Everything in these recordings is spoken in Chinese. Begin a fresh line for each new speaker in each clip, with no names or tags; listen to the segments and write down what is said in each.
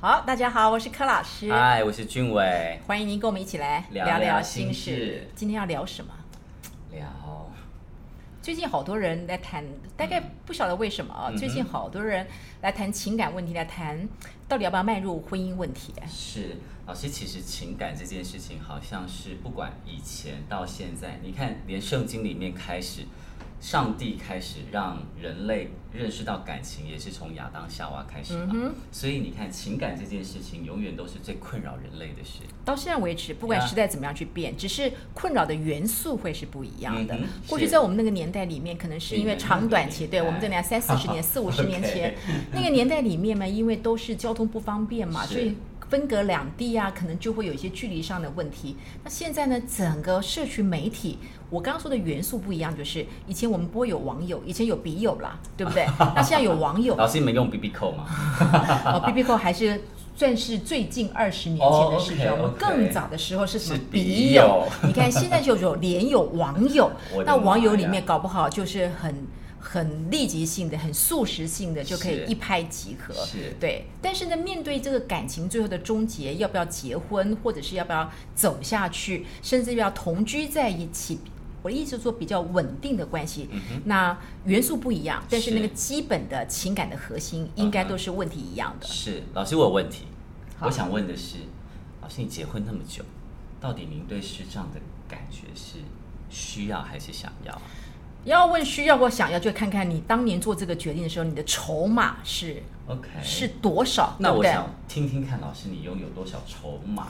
好，大家好，我是柯老师，
嗨，我是俊伟，
欢迎您跟我们一起来
聊
聊
聊
心
心事
今天要聊什么？
聊
最近好多人来谈，大概不晓得为什么啊，
嗯嗯哼
最近好多人来谈情感问题，来谈到底要不要迈入婚姻问题。
是老师，其实情感这件事情好像是不管以前到现在，你看连圣经里面开始，上帝开始让人类认识到感情，也是从亚当夏娃开始嘛。所以你看情感这件事情永远都是最困扰人类的事。
到现在为止，不管
Yeah
时代怎么样去变只是困扰的元素会是不一样的。
嗯哼
过去
是
在我们那个年代里面，可能是因为长短期，
你们
对
那个年代
我们这年代三四 十年、四五十年前那个年代里面嘛，因为都是交通不方便嘛，
是
所以。分隔两地啊，可能就会有一些距离上的问题。那现在呢，整个社群媒体，我刚刚说的元素不一样，就是以前我们不会有网友，以前有笔友啦，对 不对？那现在有网友，
老师，你们用 B B 扣吗？
哦，B B 扣还是算是最近二十年前的事情。
哦，OK，OK
我更早的时候是什么
是
笔
笔
友
友？
你看现在就有连友、网友
我，
那
的妈呀
网友里面搞不好就是很。很立即性的、很速食性的，就可以
是
一拍即合。
是
对。但是呢，面对这个感情最后的终结，要不要结婚，或者是要不要走下去，甚至要同居在一起，我的意思是说比较稳定的关系。那元素不一样，但是
嗯是
那个基本的情感的核心应该
嗯哼
都是问题一样的。
是，老师，我有问题，
好
我想问的是，老师，你结婚那么久，到底您对视障的感觉是需要还是想要啊？
要问需要或想要，就看看你当年做这个决定的时候，你的筹码是
OK，
是。多少，
哎那
对不
我
对？
想听听看，老师你拥有多少筹码？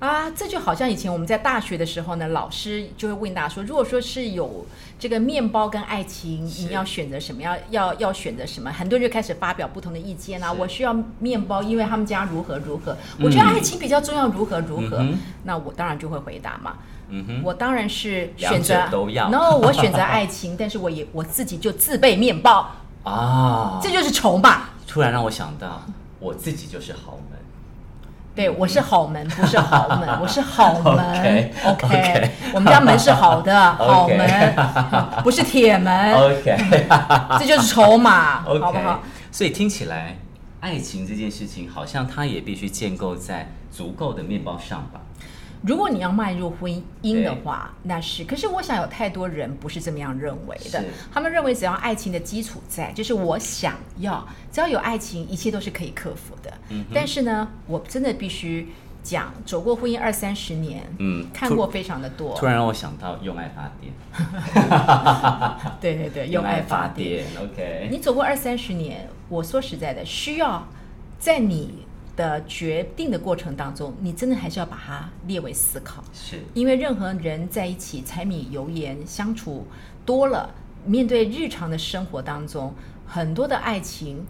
啊，这就好像以前我们在大学的时候呢，老师就会问大家说，如果说是有这个面包跟爱情，
是
你要选择什么？要要要选择什么？很多人就开始发表不同的意见啊。
是
我需要面包，因为他们家如何如何。我觉得爱情比较重要，如何如何。
嗯哼
那我当然就会回答嘛，
嗯哼，
我当然是选择
两者都要
no，我选择爱情，但是我也我自己就自备面 包，
啊，
这就是筹码。
突然让我想到，我自己就是豪门。
对，我是好门，不是豪门，我是 好门。
OK，
OK，
OK
我们家门是好的， 好
OK
门， 不是铁
哎
门，
OK
这就是筹码，
OK，
好不好？
所以听起来，爱情这件事情好像它也必须建构在足够的面包上吧？
如果你要迈入婚姻的话，那是。可是我想有太多人不是这么样认为的
是，
他们认为只要爱情的基础在，就是我想要，只要有爱情，一切都是可以克服的。
嗯
但是呢，我真的必须讲，走过婚姻二三十年，
嗯
看
突
过非常的多，
突然让我想到用爱发电，
对对对，用爱发电。
，OK，
你走过二三十年，我说实在的，需要在你的决定的过程当中，你真的还是要把它列为思考，
是
因为任何人在一起柴米油盐相处多了，面对日常的生活当中，很多的爱情。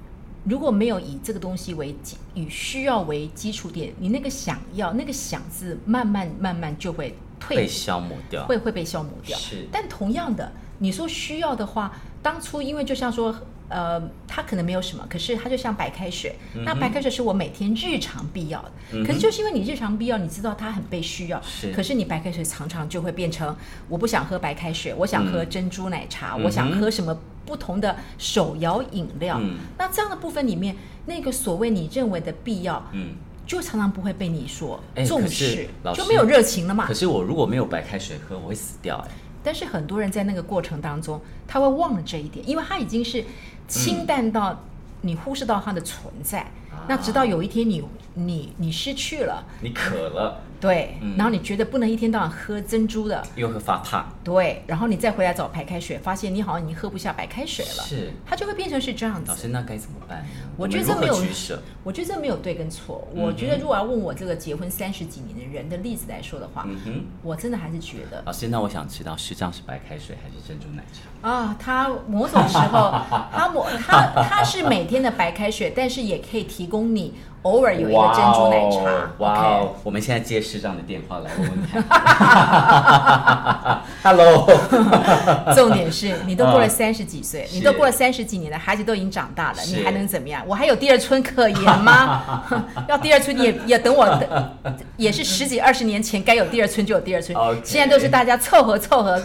如果没有以这个东西为基，以需要为基础点，你那个想要那个想字，慢慢慢慢就会退
被消磨掉，
会会被消磨掉。
是
但同样的，你说需要的话，当初因为就像说，呃，它可能没有什么，可是它就像白开水。
嗯
那白开水是我每天日常必要的，可是就是因为你日常必要，你知道它很被需要，
是
可是你白开水常常就会变成，我不想喝白开水，我想
嗯
喝珍珠奶茶，我想喝什么不同的手摇饮料。
嗯
那这样的部分里面，那个所谓你认为的必要，
嗯。
就常常不会被你所
哎
重
可是
视，
老
就
师
没有热情了嘛
可。是我如果没有白开水喝，我会死掉哎、
但是很多人在那个过程当中，他会忘了这一点，因为他已经是清淡到你忽视到它的存在。
啊
那直到有一天你你你失去了，
你渴了
对，
嗯
然后你觉得不能一天到晚喝珍珠的，
又会发胖，
对，然后你再回来找白开水，发现你好像已经喝不下白开水了，
是
它就会变成是这样
老
子。
师那该怎么办呢？
我
们
觉得
如
这没有
何取舍，
我觉得这没有对跟错，
嗯
我觉得如果要问我这个结婚三十几年的人的例子来说的话，
嗯哼。
我真的还是觉得
老师，那我想知道，是这样是白开水还是珍珠奶茶？
啊，它某种时 候，它某它它是每天的白开水，但是也可以提供你偶尔有一
哦
个珍珠奶茶。
哇哦
OK
我们现在接市长的电话来问问看。Hello，
重点是你都过了三十几岁，
嗯是
你都过了三十几年了，孩子都已经长大了，
是
你还能怎么样？我还有第二春可言吗？ 要第二春你也也等我，也是十几二十年前该有第二春就有第二春
OK
现在都是大家凑合凑合，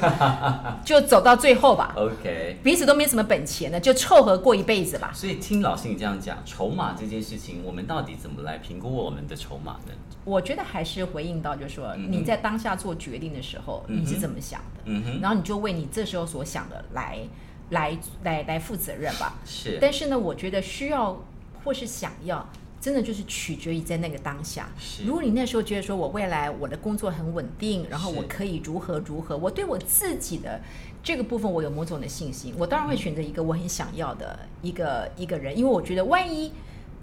就走到最后吧，
OK。
彼此都没什么本钱的，就凑合过一辈子吧。
所以听老师你这样讲，筹码这件事情，我们到底怎么来评估我们的筹码呢？
我觉得还是回应到，就是说
嗯哼
你在当下做决定的时候，
嗯哼
你是怎么想的，
嗯哼，
然后你就为你这时候所想的来来来来负责任吧。
是，
但是呢，我觉得需要或是想要，真的就是取决于在那个当下。
是
如果你那时候觉得说我未来我的工作很稳定，然后
是
我可以如何如何，我对我自己的这个部分我有某种的信心，我当然会选择一个我很想要的一个一个人，因为我觉得万一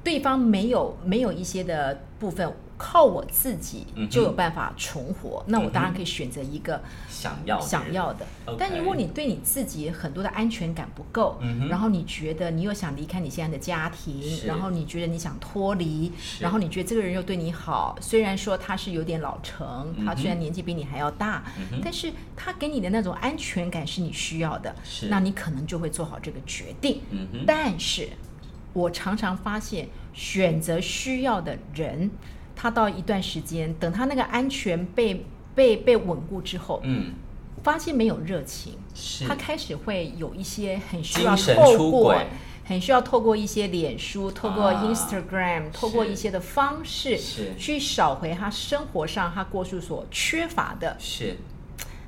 对方没有没有一些的部分。靠我自己
嗯哼
就有办法存活，那
嗯
我
哼
当然可以选择一个
想要的
想
人，
要的
OK。
但如果你对你自己很多的安全感不够，
嗯哼
然后你觉得你又想离开你现在的家庭
是，
然后你觉得你想脱离，
是
然后你觉得这个人又对你好，虽然说他是有点老成，
嗯
他
哼
虽然年纪比你还要大，
嗯哼
但是他给你的那种安全感是你需要的，
是
那你可能就会做好这个决定。
嗯哼，
但是，我常常发现，选择需要的人，他到一段时间，等他那个安全被被被稳固之后，
嗯，
发现没有热情，
是
他开始会有一些很需要
精神
透
出
过
轨，
很需要透过一些脸书、透过
啊
Instagram、透过一些的方式
是
去找回他生活上他过去所缺乏的。
是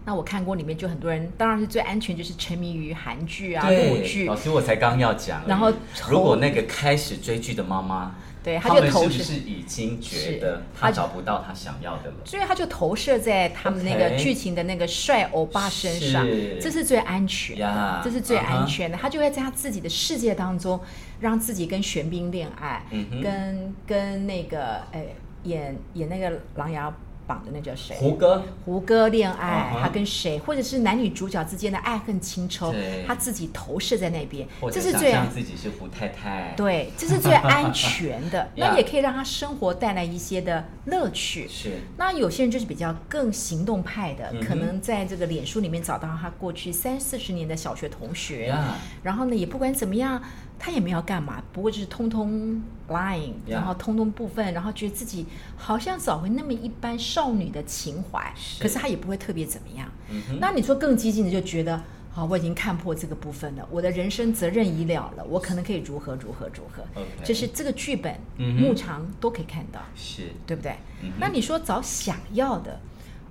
那我看过里面就很多人，当然是最安全就是沉迷于韩剧啊、
对，哦
陆剧
老，师，我才刚要讲而已。
然后
如果那个开始追剧的妈妈，
对她
他
就
们
投
是不
射
是已经觉
是
得
她
她
就
找不到她想要的了？
所以他就投射在他们那个
OK
剧情的那个帅欧巴身上
是，
这是最安全的
呀，Uh-huh
这是最安全的。他就会在他自己的世界当中，让自己跟玄彬恋爱
嗯，哼
跟跟那个哎演演那个《琅琊榜》的那叫谁？
胡歌
胡歌恋爱
嗯，哼
他跟谁，或者是男女主角之间的爱恨情仇
对，
他自己投射在那边
或，者
这是
想
最啊
象自己是胡太太，，。
对，这是最安全的那
Yeah
也可以让他生活带来一些的乐趣。
是
那有些人就是比较更行动派的，
嗯哼
可能在这个脸书里面找到他过去三四十年的小学同学
呀，
然后呢，也不管怎么样，他也没有干嘛，不过就是通通 line，、
Yeah
然后通通部分，然后觉得自己好像找回那么一般少女的情怀，
是
可是他也不会特别怎么样。
嗯哼，
那你说更激进的就觉得。好，我已经看破这个部分了，我的人生责任已了了，我可能可以如何如何如何
OK
这是这个剧本、
嗯哼
牧场都可以看到。
是
对不对？
嗯哼
那你说找想要的，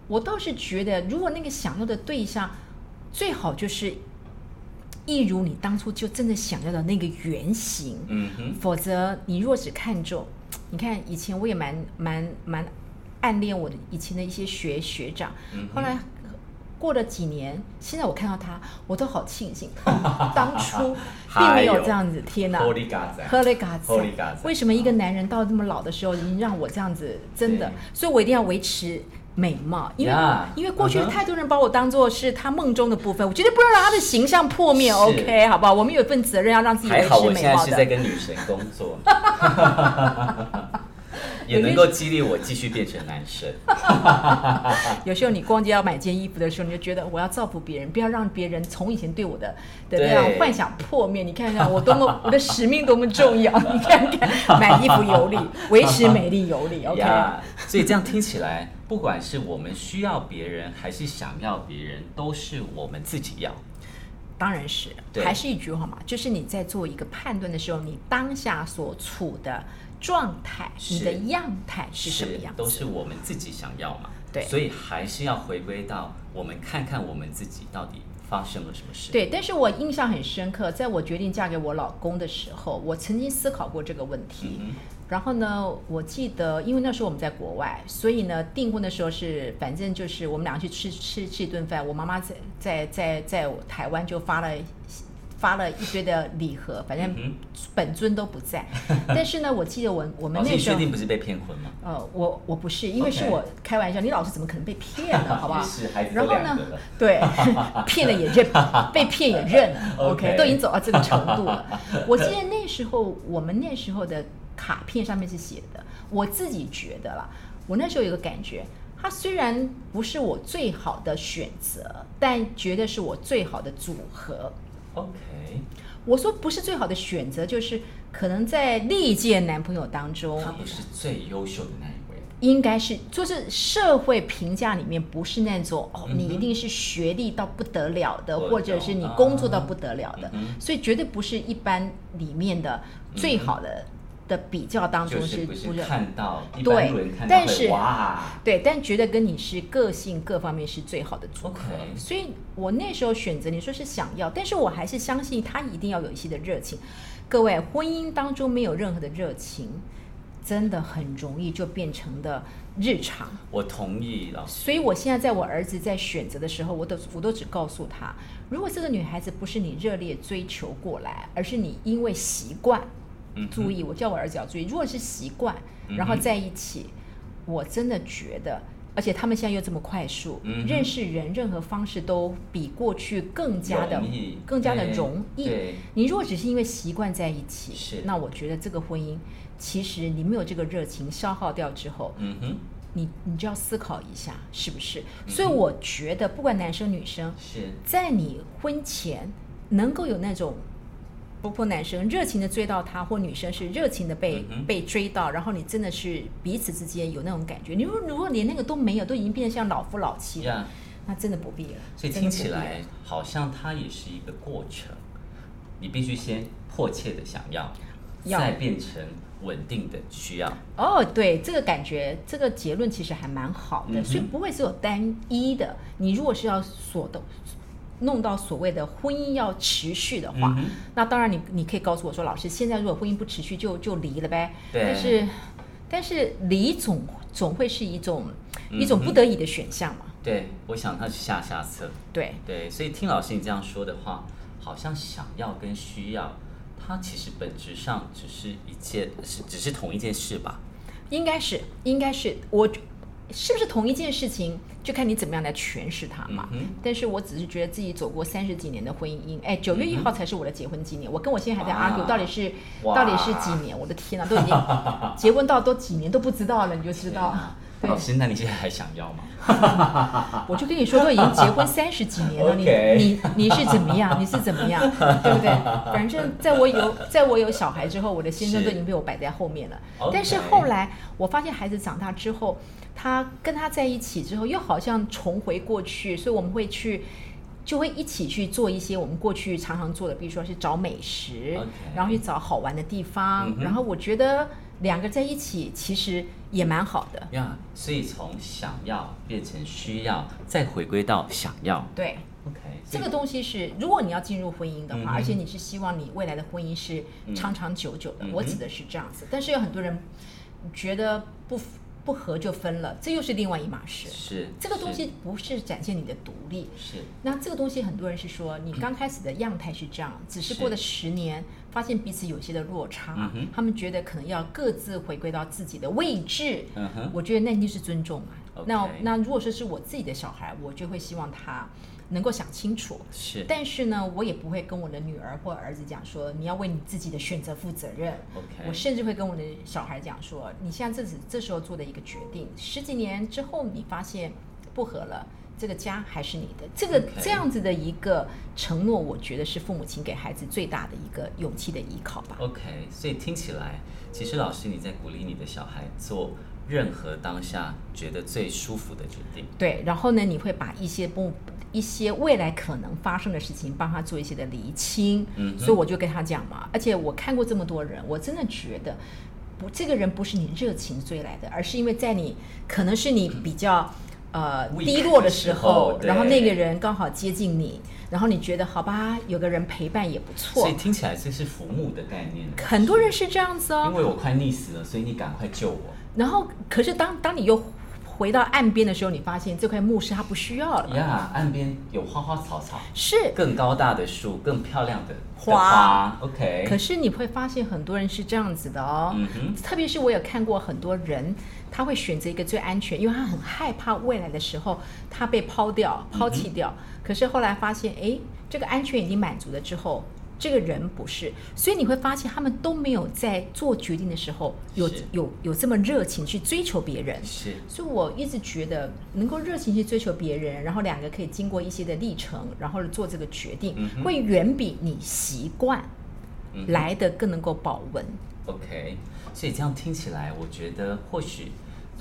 我倒是觉得，如果那个想要的对象，最好就是一如你当初就真的想要的那个原型，
嗯哼，
否则你若只看重，你看以前我也蛮蛮蛮暗恋我的以前的一些学学长，
嗯哼
后来。过了几年，现在我看到他，我都好庆幸， 哦当初并没有这样子。天哪，
玻璃嘎仔，
喝了一嘎子
Holy Gaza，
为什么一个男人到这么老的时候，已经让我这样子？真的
对，
所以我一定要维持美貌，因为
Yeah，
因为过去
嗯哼
太多人把我当做是他梦中的部分，我绝对不能让他的形象破灭。
是
OK，好不好？我们有一份责任要让自己维
还好
持
我
美
现在
貌
是在
的。
跟女神工作， 也能够激励我继续变成男神。
有时候你逛街要买件衣服的时候，你就觉得我要造福别人，不要让别人从以前对我的的
对
那样幻想破灭。你看看我多么我的使命多么重 要，你看看买衣服有理，维持美丽有理。OK，
呀所以这样听起来，不管是我们需要别人，还是想要别人，都是我们自己要。
当然是，
对
还是一句话嘛，就是你在做一个判断的时候，你当下所处的状态、
是
你的样态是什么样
都
子？
是我们自己想要嘛。
对
所以还是要回归到我们看看我们自己到底发生了什么事。，
对，但是我印象很深刻，在我决定嫁给我老公的时候，我曾经思考过这个问题。
嗯
然后呢，我记得，因为那时候我们在国外，所以呢，订婚的时候是，反正就是我们俩去吃吃吃一顿饭。我妈妈在在在在我台湾就发了发了一堆的礼盒，反正
嗯
本尊都不在。 但是呢，我记得我我
哼，
们
老师，
那
哦你
时
确
候。
定不是被骗婚吗？
呃，我我不是，因为
OK
是我开玩笑你老师怎么可能被骗 呢？好不好
也？是孩子
然
都
后
两
呢
个了。？
对， 骗了也认，被骗也认了。
OK
OK，都已经走到这个程度了。我记得那时候，我们那时候的卡片上面是写的，我自己觉得啦，我那时候有个感觉，它虽然不是我最好的选择，但绝对是我最好的组合。
OK，
我说不是最好的选择，就是可能在历届男朋友当中，
他不哦是最优秀的那一位。
应该是就是社会评价里面不是那种哦
嗯，哼
你一定是学历到不得了的，
我懂
或者是你工作到不得了的
嗯，哼
所以绝对不是一般里面的最好的的比较当中
就是不
不是
是看到一
对
般路人看到
但
会
是
哇
对，但觉得跟你是个性各方面是最好的组合。
，OK，
所以我那时候选择你说是想要，但是我还是相信他一定要有一些的热情。各位，婚姻当中没有任何的热情，真的很容易就变成的日常。
我同意老师。
所以我现在在我儿子在选择的时候，我都我都只告诉他，如果这个女孩子不是你热烈追求过来，而是你因为习惯，
嗯哼
注意，我叫我儿子要注意，如果是习惯，
嗯哼
然后在一起，我真的觉得。而且他们现在又这么快速，
嗯哼
认识人任何方式都比过去更加的
容易
更加的
对
容易。
对
你如果只是因为习惯在一起，
是
那我觉得这个婚姻其实你没有这个热情消耗掉之后，
嗯哼，
你你就要思考一下是不是。所以
嗯
我觉得，不管男生女生，
是
在你婚前能够有那种，包括男生热情的追到他，或女生是热情的被、
嗯哼
被追到，然后你真的是彼此之间有那种感觉。你如果如果连那个都没有，都已经变得像老夫老妻了，
呀。
那真的不必了。
所以
真的
听
不必
起
了
来好像它也是一个过程，你必须先迫切的想要，
要
再变成稳定的需要。
哦，对，这个感觉，这个结论其实还蛮好的，
嗯哼
所以不会只有单一的。你如果是要所的弄到所谓的婚姻要持续的话，
嗯哼
那当然你你可以告诉我说，老师，现在如果婚姻不持续就就离了呗。
对
但是但是离总总会是一种一种
嗯哼
不得已的选项嘛。
对，我想它是下下策。
对，
对，所以听老师你这样说的话，好像想要跟需要，它其实本质上只是一件，是只是同一件事吧？
应该是应该是我是不是同一件事情，就看你怎么样来诠释它嘛。
嗯哼
但是我只是觉得自己走过三十几年的婚姻，哎，九月一号才是我的结婚纪念。我跟我现在还在
嗯哇
argue，到底是
哇
到底是几年？我的天呐，都已经结婚到都几年都不知道了，你就知道。对
老，师，那你现在还想要吗？
我就跟你说，都已经结 婚三十几年了，你
OK
你你是怎么 样？你是怎么样？对不对？反正在我有在我有小孩之后，我的先生
是
都已经被我摆在后面了。
OK
但是后来我发现孩子长大之后，他跟他在一起之后，又好像重回过去，所以我们会去。就会一起去做一些我们过去常常做的，比如说是找美食
OK
然后去找好玩的地方
嗯。哼
然后我觉得两个在一起其实也蛮好的，
呀所以从想要变成需要，再回归到想要。
对。
OK，所
这
以
个东西是，如果你要进入婚姻的
嗯
话，
哼
而且你是希望你未来的婚姻是
嗯
长长久久的，
嗯哼
我指的是这样子。但是有很多人觉得不不合就分了，这又是另外一码事。
是
这个东
是
西不是展现你的独立，
是
那这个东西很多人是说，你
嗯
刚开始的样态是这样，只是过了十年，发现彼此有些的落差
嗯，哼
他们觉得可能要各自回归到自己的位置。
嗯哼，
我觉得那一定是尊重嘛
OK。
那那如果说是我自己的小孩，我就会希望他能够想清楚。
是
但是呢，我也不会跟我的女儿或儿子讲说，你要为你自己的选择负责任。我
OK，
甚至会跟我的小孩讲说，你现在这时这时候做的一个决定，十几年之后你发现不合了，这个家还是你的。这个
OK
这样子的一个承诺，我觉得是父母亲给孩子最大的一个勇气的依靠吧。
OK，所以听起来，其实老师你在鼓励你的小孩做任何当下觉得最舒服的决定。
对，然后呢，你会把一些不一些未来可能发生的事情帮他做一些的厘清。
嗯哼
所以我就跟他讲嘛，而且我看过这么多人，我真的觉得不，这个人不是你热情追来的，而是因为在你可能是你比较。呃，
Weak
低落的
嗯的
时
时
候
候，
然后那
对
个人刚好接近你，然后你觉得好吧，有个人陪伴也不错
所以。听起来这是浮木的概念。
很多人是这样子哦，
因为我快溺死了，所以你赶快救我。
然后可是当当你又回到岸边的时候，你发现这块墓是他不需要了。
呀、岸边有花花草草，
是，
更高大的树，更漂亮的
花
的花 OK，
可是你会发现很多人是这样子的哦，
嗯哼
特别是我有看过很多人，他会选择一个最安全，因为他很害怕未来的时候他被抛掉、抛弃掉。可是后来发现，哎，这个安全已经满足了之后。这个人不是，所以你会发现他们都没有在做决定的时候有
是
有有这么热情去追求别人，
是
所以我一直觉得能够热情去追求别人，然后两个可以经过一些的历程，然后做这个决定，
嗯哼
会远比你习惯
嗯哼
来的更能够保温。
OK，所以这样听起来，我觉得或许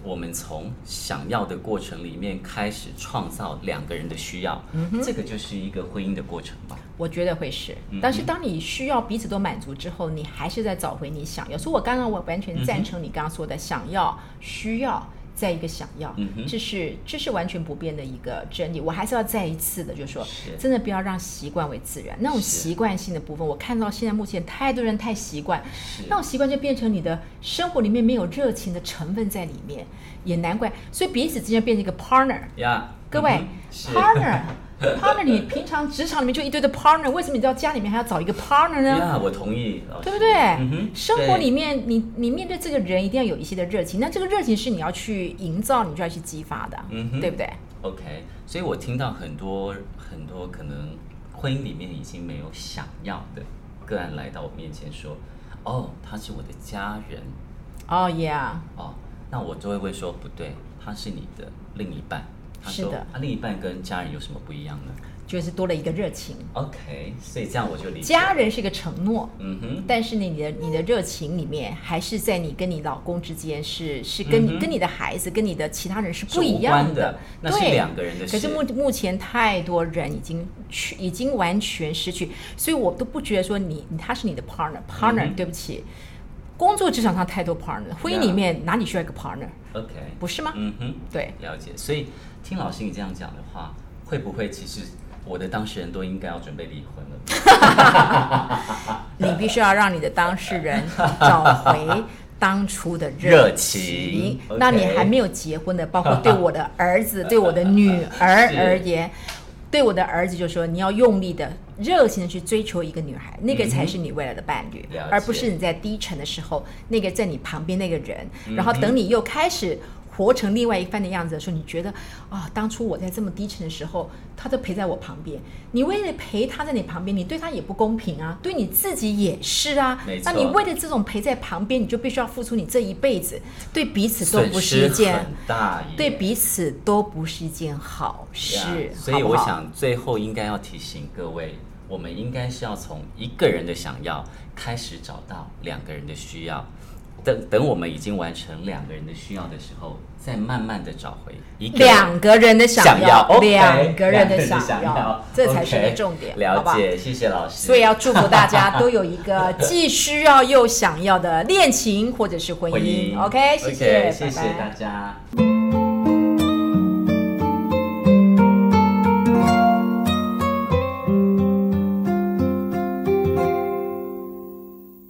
我们从想要的过程里面开始创造两个人的需要，
嗯
这个就是一个婚姻的过程吧。
我觉得会是，
嗯
但是当你需要彼此都满足之后，你还是在找回你想要。所以我刚刚我完全赞成你刚刚说的，想要、需要，再一个想要，
嗯哼
这是这是完全不变的一个真理。我还是要再一次的，就是说，
是
真的不要让习惯为自然。那种
是
习惯性的部分，我看到现在目前太多人太习惯，
是
那种习惯就变成你的生活里面没有热情的成分在里面，也难怪。所以彼此之间变成一个 partner。
呀，
各位、
嗯哼是
p a r t n e r partner，你平常职场里面就一堆的 partner，为什么你到家里面还要找一个 partner 呢？
呀，我同意，老师
对不对？
嗯哼
生活里
对
面，你你面对这个人一定要有一些的热情，那这个热情是你要去营造，你就要去激发的，
嗯哼
对不对？
OK，所以我听到很多很多可能婚姻里面已经没有想要的个案来到我面前说，哦，他是我的家人，
哦、yeah，
哦，那我就会问说，不对，他是你的另一半。他
是
说
的，
他另一半跟家人有什么不一样呢
就是多了一个热情。
？OK，所以这样我就理解。
家，人是一个承诺，
嗯哼，
但是呢，你的你的热情里面，还是在你跟你老公之间是是跟你、
嗯哼
跟你的孩子跟你的其他人是
是
不
无
一样
关的那是
对，
两个人的
可是
事
目目前太多人已经去已经完全失去，所以我都不觉得说你他是你的 partner partner、
嗯哼
对不起，工作职场上太多 partner，婚姻
Yeah
里面哪里需要一个 partner，
OK，
不是吗？
嗯哼，
对，
了解。所以听老师你这样讲的话，会不会其实我的当事人都应该要准备离婚了？
你必须要让你的当事人找回当初的热
热情 OK
那你还没有结婚的，包括对我的儿 子、对我的女儿
是
而言，对我的儿子就说你要用力的、热情的去追求一个女孩，那个才是你未来的伴侣，
嗯了解
而不是你在低沉的时候那个在你旁边那个人，
嗯
然后等你又开始。活成另外一番的样子的时候，你觉得啊、当初我在这么低沉的时候，他都陪在我旁边。你为了陪他在你旁边，你对他也不公平啊，对你自己也是啊
没。
那你
错
为了这种陪在旁边，你就必须要付出你这一辈子，对彼此都
损
不是一
失
件
很大耶，
对彼此都不是一件好事
Yeah，，所
好
以
不
我
好
想最后应该要提醒各位，我们应该是要从一个人的想要开始找到两个人的需要。等等，我们已经完成两个人的需要的时候，再慢慢的找回一个人
两个人的想
想要，OK，
两个人的
两
想要，这才是一个
OK，
重点，好
了
不好？
解，谢谢老师。
所以要祝福大家都有一个既需要又想要的恋情或者是婚
婚
姻。
姻
OK，谢
OK，
谢，
谢谢
拜拜
大家。